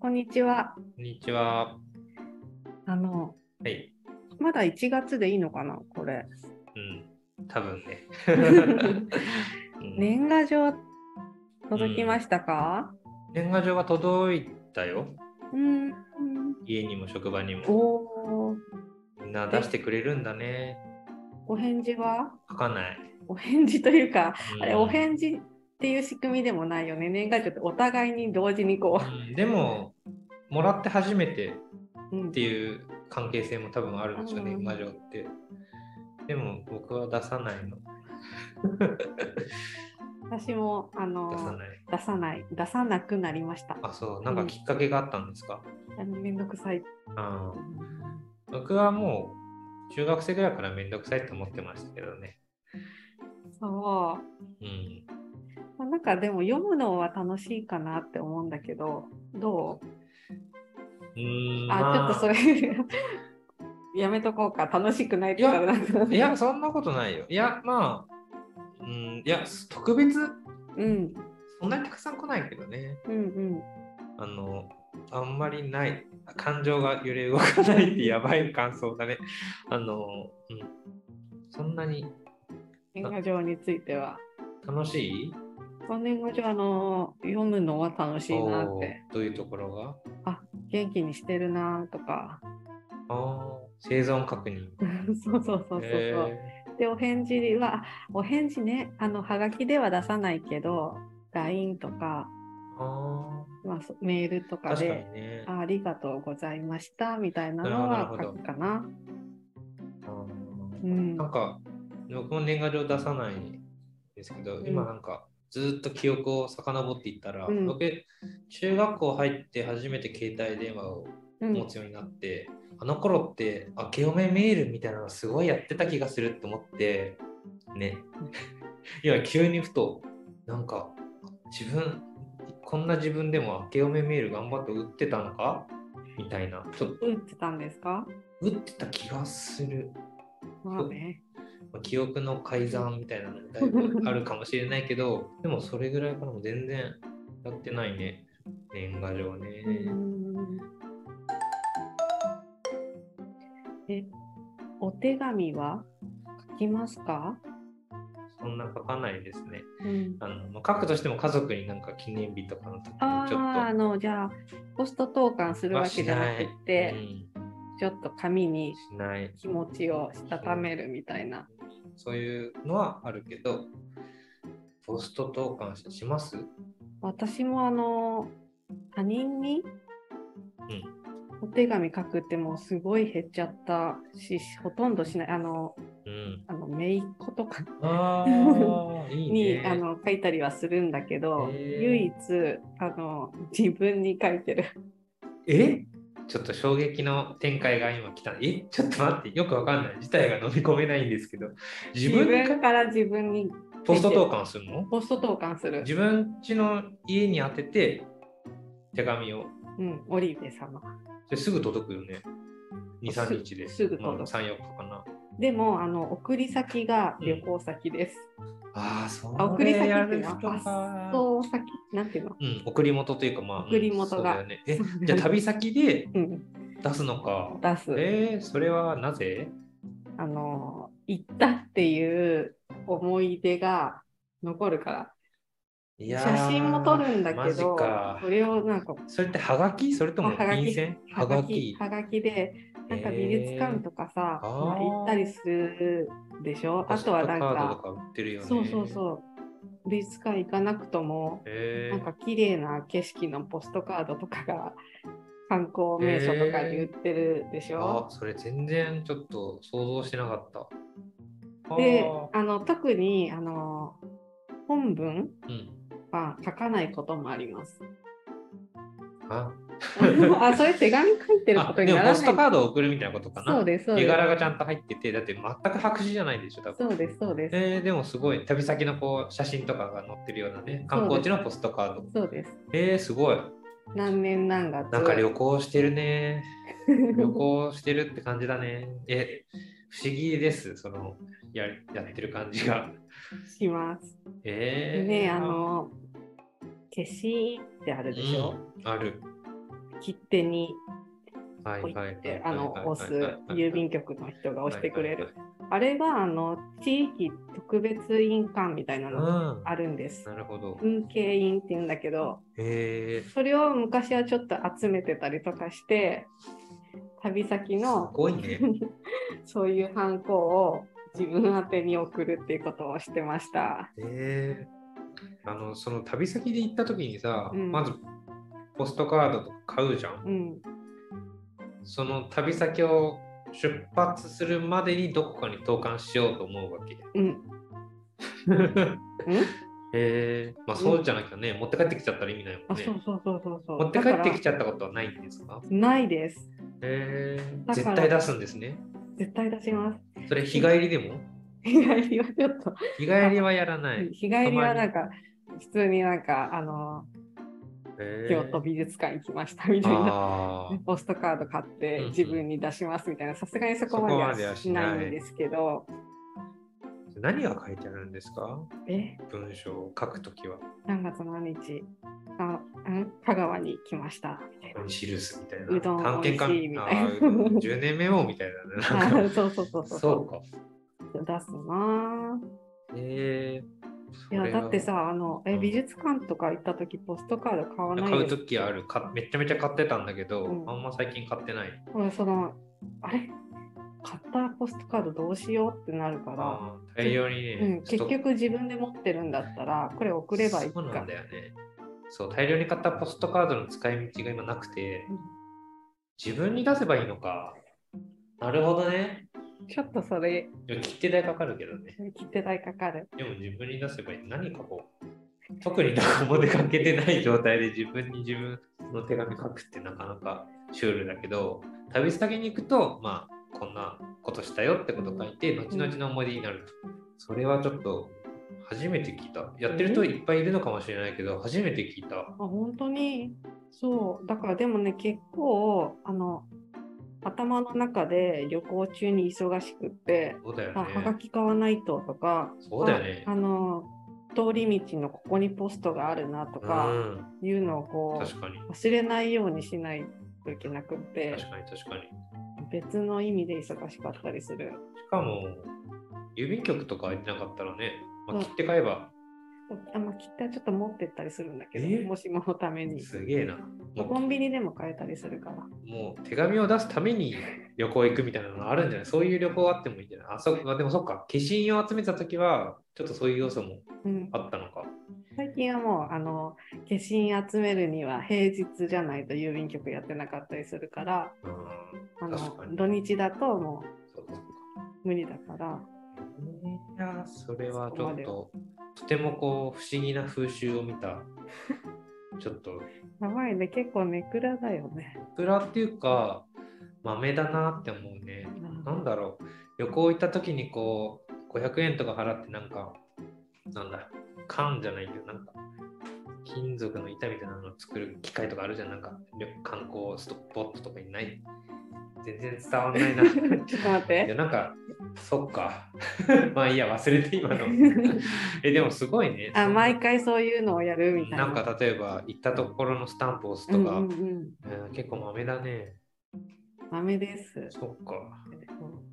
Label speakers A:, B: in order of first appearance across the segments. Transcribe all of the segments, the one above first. A: こんにちは。
B: こんにちは。
A: あの、
B: はい。
A: まだ1月でいいのかな、こ れ。
B: うん。多分ね。うん
A: 年賀状、届きましたか、
B: 年賀状が届いたよ。
A: うん、うん。
B: 家にも職場にも。
A: おー
B: みんな出してくれるんだね。
A: お返事は
B: 書かない。
A: お返事というか、
B: うん
A: あれ、お返事っていう仕組みでもないよね。年賀状ってお互いに同時にこ
B: うんでも、もらって初めて
A: う。うん
B: っていう関係性も多分あるんですよね、
A: うん
B: 年賀状って。でも僕は出さないの。
A: 私も、あの
B: 出さない。
A: 出さない、出さなくなりました。
B: あ、そう。なんかきっかけがあったんですか、
A: めんどくさい。
B: うん、僕はもう中学生ぐらいからめんどくさいと思ってましたけどね。
A: そう。
B: うん。
A: まあなんかでも読むのは楽しいかなって思うんだけど、どう
B: うーん
A: あ、ちょ
B: ま
A: っとそれ やめとこうか楽しくないって言ったらなんか
B: いや、そんなことないよ。いや、まあ、うん、いや、特別、
A: うん
B: そんなにたくさん来ないけどね。
A: うん
B: あの、あんまりない。感情が揺れ動かないってやばい感想だね。あの、うん。そんなに
A: うん年賀状については
B: 楽しい
A: この年賀状あの読むのは楽しいなっ
B: おー
A: て
B: どういうところが
A: 元気にしてるなとか
B: あー生存確認。
A: そうそうそうそうそう、
B: え
A: でお返事はあお返事ねあのはがきでは出さないけど LINE とか、
B: ーあ
A: まあ、そメールと
B: ー
A: か
B: 確か
A: で
B: にね。
A: あありがとうございましたみたいなのは
B: なるほど
A: 書くかな。
B: あー
A: うん
B: なんか僕も年賀状出さないんですけど、
A: うん
B: 今なんかずっと記憶を遡っていったら、
A: うん
B: 僕中学校入って初めて携帯電話を
A: う
B: 持
A: ん
B: つようになって、あの頃って明けおめメールみたいなのすごいやってた気がすると思ってね 今急にふとなんか自分こんな自分でも明けおめメール頑張って打ってたのかみたいなちょっと
A: 打ってたんですか、
B: 打ってた気がする。
A: まあね、
B: まあ記憶の改ざんみたいなのもだいぶあるかもしれないけど でもそれぐらいからも全然やってないね年賀状ね、
A: うんえ、お手紙は書きますか？
B: そんな書かないですね
A: うん、
B: あの、まあ書くとしても家族になんか記念日とかの時にちょ
A: あ
B: っと
A: あ、あのじゃあポスト投函するわ
B: は
A: け
B: し
A: じゃな
B: な
A: く
B: い、
A: て、
B: うん、
A: ちょっと紙に
B: しない
A: 気持ちをしたためるみたいな。
B: そういうのはあるけどポスト投函しします
A: 私もあの他人にお手紙書くってもうすごい減っちゃったし、ほとんどしない。あの
B: うん
A: あの姪っ子とか
B: あ あいい
A: に
B: ね
A: あの書いたりはするんだけど、
B: へー
A: 唯一あの自分に書いてる。
B: えちょっと衝撃の展開が今来た。えちょっと待って、よくわかんない。事態が飲み込めないんですけど。自分で
A: から自分に
B: ポスト投函するの
A: ポスト投函する。
B: 自分家の家に当てて手紙を。
A: うん、オリーベ様。
B: それすぐ届くよね。2、3日で。
A: すすぐ届く
B: もう3、4日かな。
A: でもあの送り先が旅行先です。
B: ああ、そう
A: あ送り先っていうの
B: 人
A: は
B: か
A: 発。送先なんていうの。
B: うん、送り元というか、まあ、
A: 送り元が
B: うんそうだよね、えじゃあ旅先で
A: うん、
B: 出すのか。
A: 出す。
B: えー、それはなぜ
A: あの行ったっていう思い出が残るから。
B: いや
A: 写
B: ー
A: 真も撮るんだ
B: マ
A: け
B: ジ
A: ど
B: か、
A: それをなんか
B: それってハガキそれと
A: あ
B: も
A: はがき
B: 便箋
A: は
B: ハ
A: が
B: ガ
A: き
B: キ
A: はがきでなんか美術館とかさ、
B: えー
A: まあ
B: あー
A: 行ったりするでしょあ
B: ポスト
A: とはなん
B: カード
A: か
B: とか売ってるよね。
A: そうそう
B: う。
A: そう美術館行かなくとも
B: え
A: なんか綺麗な景色のポストカードとかが 観光名所とかに売ってるでし
B: あ
A: ょ、
B: それ全然ちょっと想像してなかった。あー
A: であの特にあの本文
B: うん。
A: は書かないこともあります
B: あ、
A: あそれ手紙書いてるこ
B: あ
A: と
B: で
A: に
B: も
A: なら
B: ポ
A: ない
B: ストカードを送るみたいなことかな。
A: そうですそう
B: 絵
A: です
B: 柄がちゃんと入ってて、だって全く白紙じゃないでしょ、多分。
A: そうですそうです、
B: えー、でもすごい、旅先のこう写真とかが載ってるようなね、観光地のポストカード。
A: そうです
B: えー、すごい。
A: 何年何月
B: なんか旅行してるね。旅行してるって感じだね。え、不思議です、そのややってる感じが。
A: します。
B: えー、
A: ねあの消しってあるでしょ、
B: うんある。
A: 切手に
B: はい
A: ポイ
B: はい
A: っ
B: はい
A: てあの押す郵便局の人が押してくれる。。あれはあの地域特別印鑑みたいな
B: はい
A: の
B: は
A: が
B: いはいうん。
A: あるんです。
B: なるほど。
A: 文慶印って言うんだけど、
B: へえ。
A: それを昔はちょっと集めてたりとかして、旅先
B: す
A: の
B: ごいね。
A: そういうハンコを自分宛てに送るっていうことをしてました。
B: えー、あのその旅先で行った時にさ、
A: うん
B: まずポストカードとか買うじゃん
A: うん、
B: その旅先を出発するまでにどこかに投函しようと思うわけ
A: うん、
B: えー、まあそうじゃなきゃね、持って帰ってきちゃったら意味ないも
A: あ、
B: ん
A: そう
B: ね
A: そうそうそうそう。
B: 持って帰ってき
A: だ
B: ちゃったことはないんですか
A: からないです。
B: えー、
A: だから
B: 絶対出すんですね
A: 絶対出し ます。
B: それ日帰りでも
A: 日帰りはちょっと
B: 日帰りはやらない、
A: 日帰りはなんか普通になんかあの
B: えー
A: 京都美術館行きましたみたいな、
B: あー
A: ポストカード買っ
B: う
A: て
B: んうん
A: 自分に出しますみたいなさすがにそこまで
B: そこまでは
A: は
B: し
A: し
B: ない
A: ないんですけど
B: 何が書いてあるんですか
A: え
B: 文章を書くときは
A: 何月何日あん香川に来ましたみたいな。
B: シルスみたいう
A: ど
B: な。
A: ん
B: 探検家
A: 美味しいみたいな
B: あー10年目もみたい なね。なん
A: あ
B: か
A: そうそうそうそう
B: そうか。
A: 出すな
B: え
A: ぁい
B: ー、そ
A: や
B: れは
A: だってさあのえ
B: うん
A: 美術館とか行った時ポストカード買わない
B: 買う
A: です
B: ときあるか。めちゃめちゃ買ってたんだけど、
A: うん
B: あんま最近買ってない。
A: 俺そのあれ買ったポストカードどうしようってなるから
B: あー大量にね、
A: うん、
B: スト
A: 結
B: ック
A: 局自分で持ってるんだったらこれ送ればいいか
B: そうなんだよね。そう、大量に買ったポストカードの使い道が今なくて
A: うん、
B: 自分に出せばいいのか。なるほどね。
A: ちょっとそれ
B: でも切手代かかるけどね。
A: 切手代かかる
B: でも自分に出せばいい。何書こう特にどこも出かけてない状態で自分に自分の手紙書くってなかなかシュールだけど、旅先に行くと、まあ、こんなことしたよってこと書いて、後々の思い出になる。それはちょっと初めて聞いた。やってる人いっぱいいるのかもしれないけど、初めて聞いた。
A: あ本当にそうだからでもね結構あの頭の中で旅行中に忙しくって、
B: そうだよ
A: あはが
B: ね。
A: き買わないととか
B: そうだよね
A: あ。あの通り道のここにポストがあるなと
B: う
A: か
B: ん、
A: いうのをこ
B: 確かに。
A: う忘れないようにしないといけなくって
B: 確かに確かに。
A: 別の意味で忙しかったりする
B: しかも、郵便局とか入ってなかったらね、ま
A: う
B: あ、
A: ん
B: 切って買えば
A: あまあ、切手はちょっと持ってったりするんだけど、
B: え
A: もしものために。
B: すげえな。もう
A: コンビニでも買えたりするから。
B: もう手紙を出すために旅行行くみたいなのあるんじゃないそういう旅行あってもいいんじゃないあそ、まあ、でもそっか、消印を集めてた時は、ちょっとそういう要素も
A: うん、
B: あったのか。
A: 最近はもうあの消印集めるには平日じゃないと郵便局やってなかったりするから
B: うん、
A: あ
B: 確かに
A: の土日だとも
B: そうかそう
A: う無理だから
B: か。いやー、それはちょっと、とてもこう、不思議な風習を見た。 ちょっと、
A: やばいね結構ネクラだよ ね。
B: プラっていうか、豆だなって思うね。なんだろう、旅行行った時にこう、500円とか払ってなんか、なんだ、缶じゃないけど、なんか、金属の板みたいなのを作る機械とかあるじゃん、なんか、旅観光ストップポットとかにない。全然伝わ んないな。い
A: ちょっと待って
B: や、なんか、そっ か。まあいいや、忘れて今の。え、でもすごいね。
A: あ
B: その
A: 毎回そういうのをやるみたいな。
B: なんか例えば、行ったところのスタンプを押す
A: う
B: と
A: んう
B: か、
A: んうん、
B: うん結構豆だね。
A: 豆です。
B: そっか。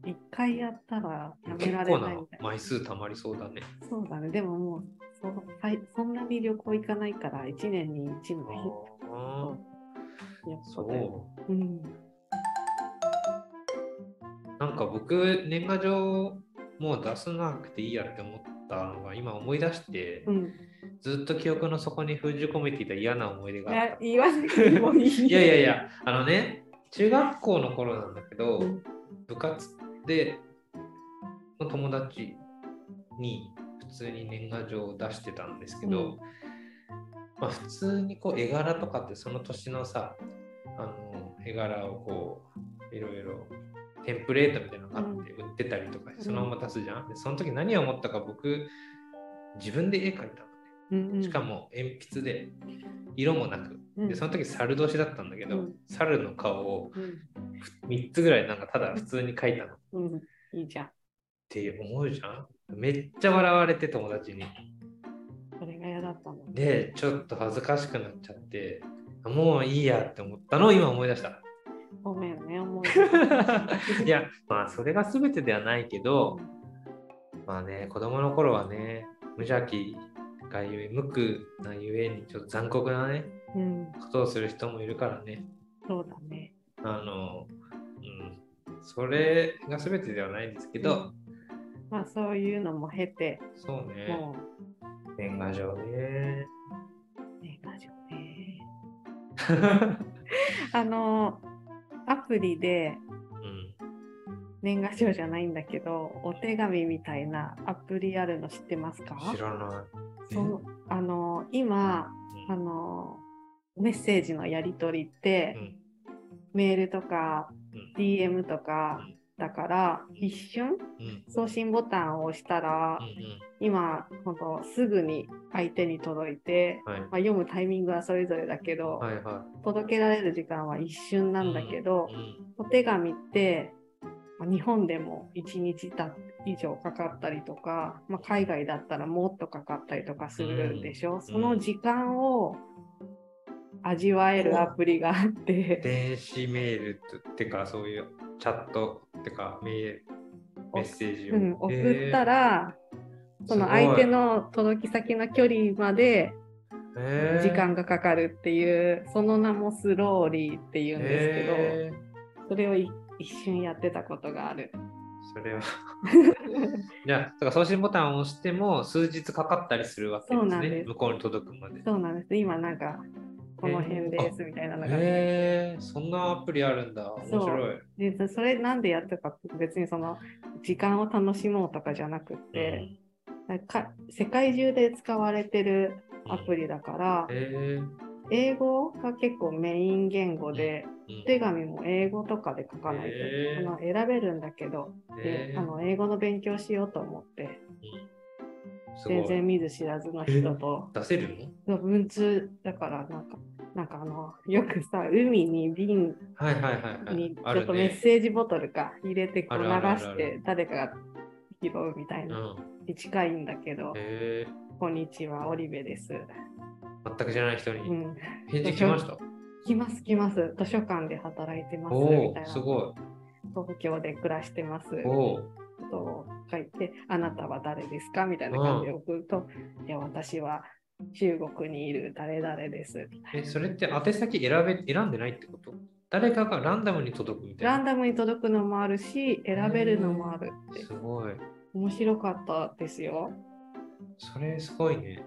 A: 一回やったらやめ
B: 結
A: ら
B: 構
A: れない
B: な
A: みたいな。
B: 枚数たまりそうだね。
A: そうだね、でももうそはいそんなに旅行行かないから、1年に1枚やっ
B: あ
A: ぱ
B: そ
A: り。
B: う。
A: うん、
B: なんか僕、年賀状もう出さなくていいやって思ったのが今思い出して、
A: うん。
B: ずっと記憶の底に封じ込めていた嫌な思い出
A: い
B: があ
A: や
B: っ、た。
A: 言わなくてもいい。
B: いやいやいや、あのね、中学校の頃なんだけど、
A: うん
B: 部活での友達に普通に年賀状を出してたんですけど、
A: うん
B: まあ、普通にこう絵柄とかってその年のさあの絵柄をこういろいろテンプレートみたいなのがあって売ってたりとか
A: うん
B: そのまま出すじゃん。でその時何を思ったか僕自分で絵描いたのね。
A: うんうん、
B: しかも鉛筆で色もなく。
A: うん、
B: でその時猿年だったんだけど、
A: うん
B: 猿の顔を
A: うん、
B: 3つぐらいなんかただ普通に描いたの。
A: うん、いいじゃん。
B: って思うじゃんめっちゃ笑われて友達に。
A: それが嫌だったの。
B: でちょっと恥ずかしくなっちゃってもういいやって思ったのを今思い出した。
A: ごめんね、思い
B: いや、まあそれが全てではないけど、まあね、子供の頃はね、無邪気がゆえ、無垢なゆえに、ちょっと残酷なね、
A: うん、
B: ことをする人もいるからね、
A: そうだね。
B: あの、うん、それが全てではないんですけど、
A: まあそういうのも経て、
B: そうね、
A: も
B: 年賀状ね。
A: う年賀状ね。あの、アプリで
B: うん、
A: 年賀状じゃないんだけど、お手紙みたいなアプリあるの知ってますか
B: 知らな
A: そのあの今
B: い。
A: あの、メッセージのやり取りって、
B: うん
A: メールとか
B: うん
A: DM とか
B: うん
A: だから、一瞬
B: うん
A: 送信ボタンを押したら、
B: うんうん
A: 今ほんとすぐに相手に届いて、
B: はい
A: まあ、読むタイミングはそれぞれだけど、
B: はいは。
A: 届けられる時間は一瞬ないんだけど
B: う、
A: お
B: ん
A: 手紙ってまあ日本でも1日た以上かかったりとか、まあ、海外だったらもっとかかったりとかするでしょ、その時間を味わえるアプリがあって、
B: 電子メールってか、そういうチャットってか、メール、メッセージを。
A: うん、送ったら、
B: えー、
A: その相手の届き先の距離まで時
B: 時
A: 間がかかるっていう、その名もスローリーっていうんですけど、
B: え
A: それをい一瞬やってたことがある。
B: ーそれ は。じゃあ、だから送信ボタンを押しても数日かかったりするわけで
A: そう
B: す
A: なん
B: ね。
A: です
B: 向こうに届くまで。
A: そうなんです。今なんかこの辺ですみたいなのが、
B: へえー、そんなアプリあるんだ。面白い。
A: でそれなんでやったかって別にその時間を楽しもうとかじゃなくて、なんか世界中で使われてるアプ
B: リ。
A: リだから、
B: えー
A: 英語が結構メイン言語で、
B: うん
A: お手紙も英語とかで書かないと、
B: へー
A: あの選べるんだけど、で
B: えー
A: あの英語の勉強しようと思って
B: すごい
A: 全然見ず知らずの人と。
B: 出せるの
A: 文通だからなんかなんかあのよくさ海に瓶
B: はいはいはい、はい。
A: にち
B: あ
A: ょっ
B: る
A: と
B: ね
A: メッセージボトルか入れてこ
B: あ
A: う流
B: るあるある。
A: して誰かが拾うみたいうなんに近いんだけど
B: えー
A: 「こんにちはオリベです」
B: 全く知らない人
A: う
B: に
A: ん
B: 返事来 ました。
A: 「来ます来ます図書館で働いてます」
B: お
A: みたい
B: お、
A: な
B: すご
A: 「東京で暮らしてます」
B: い。おおー、
A: と書いて「あなたは誰ですか?」みたいな感じで送ると「いや私は中国にいる誰々です」みたい
B: え、
A: な。
B: それって宛先選べ選んでないってこと誰かがランダムに届くみたいな。
A: ランダムに届くのもあるし選べるのもあるって
B: すごい。
A: 面白かったですよ。
B: それすごいね。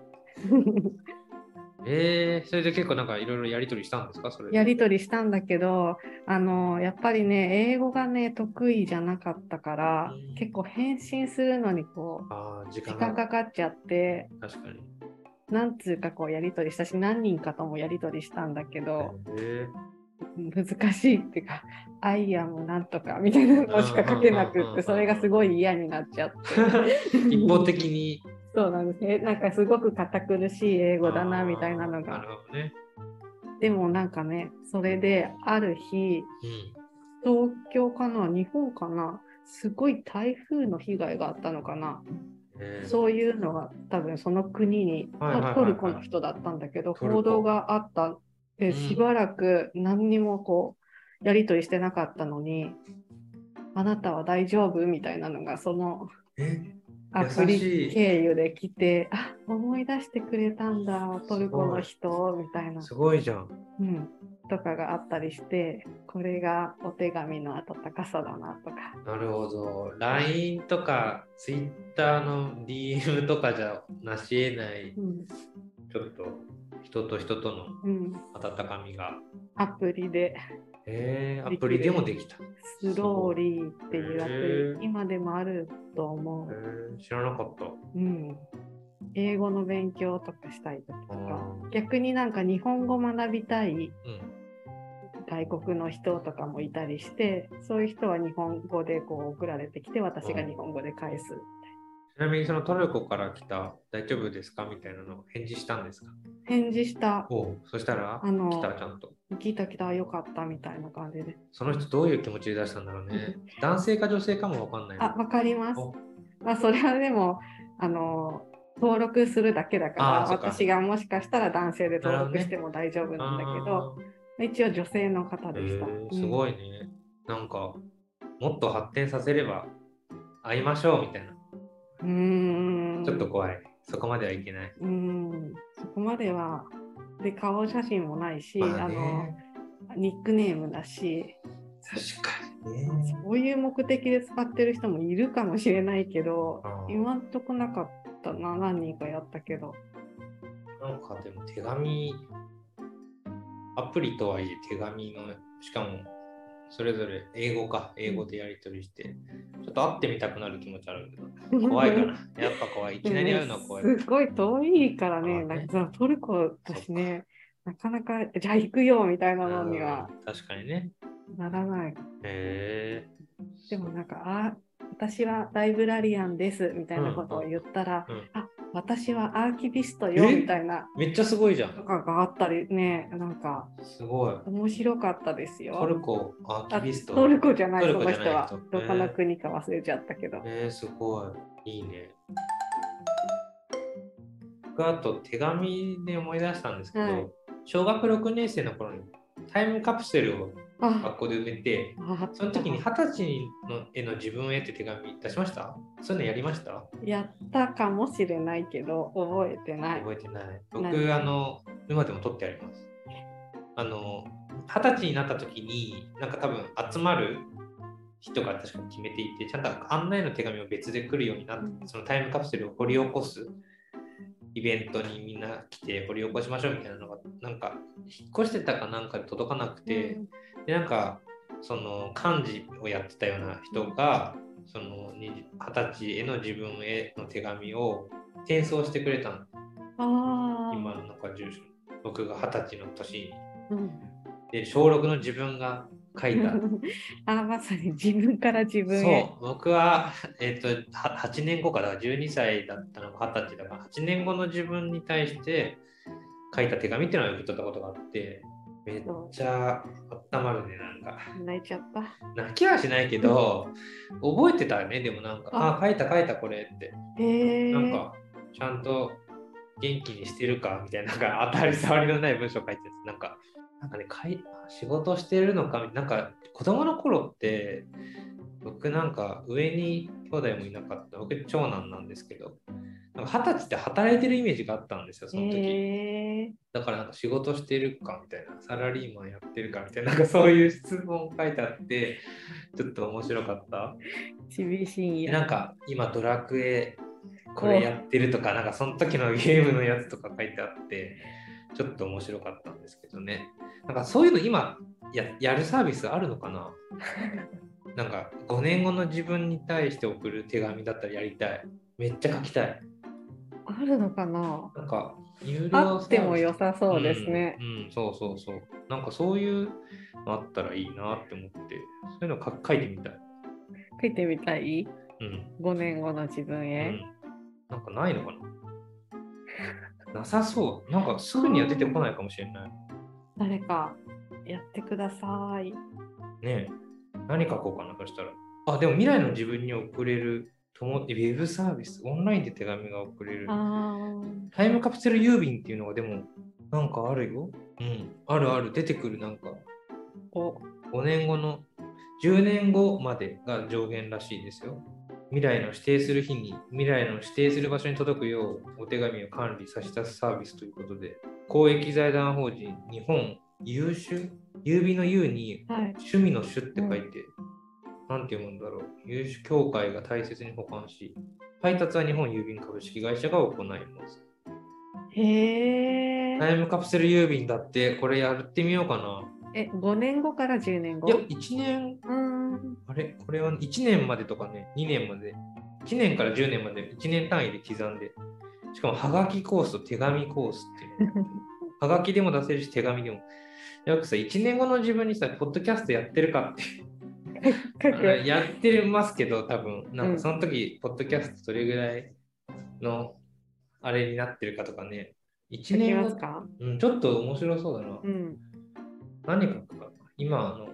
B: えー、それで結構なんかいろいろやりとりしたんですかそれで。
A: やり取りしたんだけどあのやっぱりね英語がね得意じゃなかったから
B: うん
A: 結構返信するのにこ
B: ああ、時
A: う時
B: 間が
A: 間かかっちゃって
B: 確かに。
A: 何通かこうやり取りしたし何人かともやり取りしたんだけど
B: え
A: 難しいっていうか「アイアムなんとか」みたいなのしか書けな
B: うんうん
A: くっ
B: うんうん
A: てそれがすごい嫌になっちゃって
B: ー一方的に。
A: そうなんですねなんかすごく堅苦しい英語だなみたいなの
B: あーな
A: が
B: るほどね。
A: でもなんかねそれである日
B: うん。
A: 東京かな日本かなすごい台風の被害があったのかな、
B: えー
A: そういうのが多分その国に、
B: はいはいはいはい
A: トルコの人だったんだけど
B: トルコ
A: 報道があった
B: う
A: で
B: ん
A: しばらく何にもこうやり取りしてなかったのに、あなたは大丈夫みたいなのがその
B: え
A: アプ
B: 優し
A: リ
B: い
A: 経由で来てあ思い出してくれたんだトルコの人みたいな
B: すごいじゃん。
A: うん、とかがあったりしてこれがお手紙の温かさだなとか
B: なるほど。LINE とか Twitter の DM とかじゃなし得ない、
A: うん
B: ちょっと人と人との
A: うん、
B: 温かみが。
A: アプリで
B: えー、
A: できる
B: アプリでもできた。
A: スローリーっていうアプ
B: へー
A: リ今でもあると思
B: えー知らなかった。
A: う、うん、英語の勉強とかしたい時と
B: あ
A: か
B: ー
A: 逆になんか日本語学びたい
B: うん、
A: 外国の人とかもいたりしてそういう人は日本語でこう送られてきて私が日本語で返す
B: ちなみにそのトルコから来た大丈夫ですかみたいなのを返事したんですか
A: 返事した
B: おうそしたら
A: あの
B: 来たちゃんと。
A: ギタギタよかったみたいな感じで
B: その人どういう気持ちで出したんだろうね。男性か女性かもわかんない。
A: あ、わかります。
B: お
A: まあ、それはでも、あの、登録するだけだか
B: あー
A: ら
B: そっか
A: 私がもしかしたら男性で登
B: なるほど
A: 録
B: ね
A: しても大丈夫なんだけど、
B: あー
A: 一応女性の方でした。
B: へーすご
A: い、
B: いね。なんか、もっと発展させれば会いましょうみたいな。
A: うーん
B: ちょっと怖い。そこまではいけない。
A: うんそこまではで顔写真もないし、
B: ま
A: あ
B: あね、
A: のニックネームだし
B: 確かにね。
A: そういう目的で使ってる人もいるかもしれないけど
B: あー
A: 今んとこなかったな何人かやったけど
B: なんかでも手紙、アプリとはいえ手紙の、しかもそれぞれ英語か、英語でやり取りして、ちょっと会ってみたくなる気持ちあるけど、怖いから、やっぱ怖い。いきなり会うのは怖い。
A: すごい遠いからね
B: あーね
A: なんかトルコだしねなかなかじゃあ行くよみたいなのには
B: うん確かにね。
A: ならない
B: へ
A: でもなんか、あ私はライブラリアンですみたいなことを言ったら、
B: うんうん
A: あ私はアーキビストよ
B: え
A: みたいな
B: えめっちゃすごいじゃ
A: と
B: ん。
A: かがあったりね、なんか
B: すごい。
A: 面白かったですよ。
B: トルコアーキビスト。
A: あトルコじゃない、
B: ト
A: そ
B: ル
A: の
B: コじゃ
A: 人
B: ない
A: は。
B: 人
A: どこの国か忘れちゃったけど。
B: えー、すごい。いいね。僕あと手紙で思い出したんですけど、
A: はい
B: 小学6年生の頃にタイムカプセルを
A: あ
B: 学校で埋めて、
A: あ
B: その時に20歳の絵の自分へって手紙出しましたそういうのやりました
A: やったかもしれないけど、覚えてない。
B: 覚えてない。
A: ない
B: 僕、あの、今でも撮ってあります。あの、二十歳になった時に、なんか多分集まる人が確か決めていて、ちゃんと案内の手紙を別で来るようになって、そのタイムカプセルを掘り起こすイベントにみんな来て掘り起こしましょうみたいなのが、なんか、引っ越してたかなんかで届かなくて、
A: うん
B: でなんかその漢字をやってたような人がそのに二十歳への自分への手紙を転送してくれたの
A: ああ、
B: 今のなんか住所僕が二十歳の年に
A: うん
B: で小6の自分が書いた
A: あまさに自分から自分へ。
B: そう僕は、えっとは8年後から12歳だったのが二十歳だから8年後の自分に対して書いた手紙っていうのを受け取ったことがあってめっちゃ温まるねなんか。
A: 泣いちゃった。
B: 泣きはしないけど、覚えてたね、でもなんか、あ書いた書いたこれって、
A: え
B: なん
A: ー、
B: か、ちゃんと元気にしてるかみたいな、なんか当たり障りのない文章書いてるやつなんか、なんかね、かい仕事してるのか、なんか、子供の頃って、僕なんか、上に兄弟もいなかった、僕、長男なんですけど、なんか二十歳って働いてるイメージがあったんですよ、その時。
A: え
B: だからなんか仕事してるかみたいな、サラリーマンやってるかみたいな、なんかそういう質問書いてあって、ちょっと面白かった。
A: ー、厳しい
B: で
A: や。
B: なんか今ドラクエこれやってるとか、なんかその時のゲームのやつとか書いてあって、ちょっと面白かったんですけどね。なんかそういうの今ややるサービスあるの かななんか5年後の自分に対して送る手紙だったらやりたい。めっちゃ書きたい。
A: あるのかな
B: なんか有料サービス
A: あっても良さそうですね。
B: うん。うん、そうそうそう。なんかそういうのあったらいいなって思って、そういうのか書いてみたい。
A: 書いてみたい
B: うん。
A: ?5 年後の自分
B: う
A: へ。
B: ん、なんかないのかな なさそう。なんかすぐには出てこないかもしれない。
A: 誰かやってください。
B: ねえ何書こうかな、そしたら。あ、でも未来の自分に送れる友ウェブサービス、オンラインで手紙が送れる。
A: あ
B: タイムカプセル郵便っていうのがでも、なんかあるよ。うん、あるある、出てくるなんか。
A: ーお
B: 5年後の10年後までが上限らしいですよ。未来の指定する日に未来の指定する場所に届くようお手紙を管理差し出すサービスということで公益財団法人日本優秀郵便の優に
A: はい。
B: 趣味の種って書いて、なんて読むんだろう優秀協会が大切に保管し配達は日本郵便株式会社が行います
A: へ
B: タ
A: ー
B: イムカプセル郵便だってこれやってみようかな
A: え、5年後から10年後
B: いや1年
A: うーん
B: あれこれは1年までとかね、2年まで、1年から10年まで1年単位で刻んで、しかもはがきコースと手紙コースっていうのがあ って。はがきでも出せるし、手紙でも。よくさ、1年後の自分にさ、ポッドキャストやってるかって
A: 書 く。
B: やってますけど、多分なんかその時、ポッドキャストどれぐらいのあれになってるかとかね、1
A: 書き
B: 年
A: ます
B: 後、
A: か
B: うん、ちょっと面白そうだな。
A: うん。
B: 何書くかな。今あの、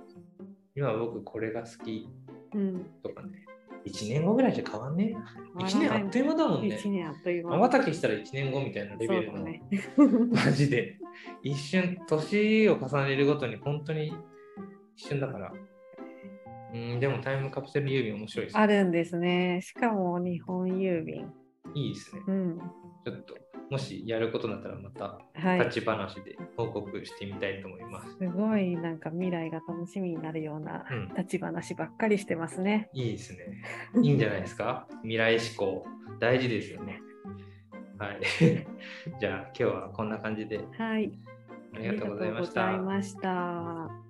B: 今僕これが好き
A: うん。
B: とかね、 1年後ぐらいじゃ変わんねえな。1年あっという間だもんね。
A: 1年あっという間。
B: まばたきしたら1年後みたいなレベル
A: そうだ
B: の、
A: ね。
B: マジで。一瞬、年を重ねるごとに本当に一瞬だから。うん、でもタイムカプセル郵便面白いです。
A: あるんですね。しかも日本郵便。
B: いいですね。
A: うん。
B: ちょっと、もしやることになったらまた
A: はい。
B: 立ち話で報告してみたいと思います。
A: すごいなんか未来が楽しみになるような
B: うん
A: 立ち話ばっかりしてますね。
B: いいですね。いいんじゃないで すか未来志向、大事ですよね。はい。 じゃあ今日はこんな感じで
A: はい。
B: ありがとうございました
A: ありがとうございました。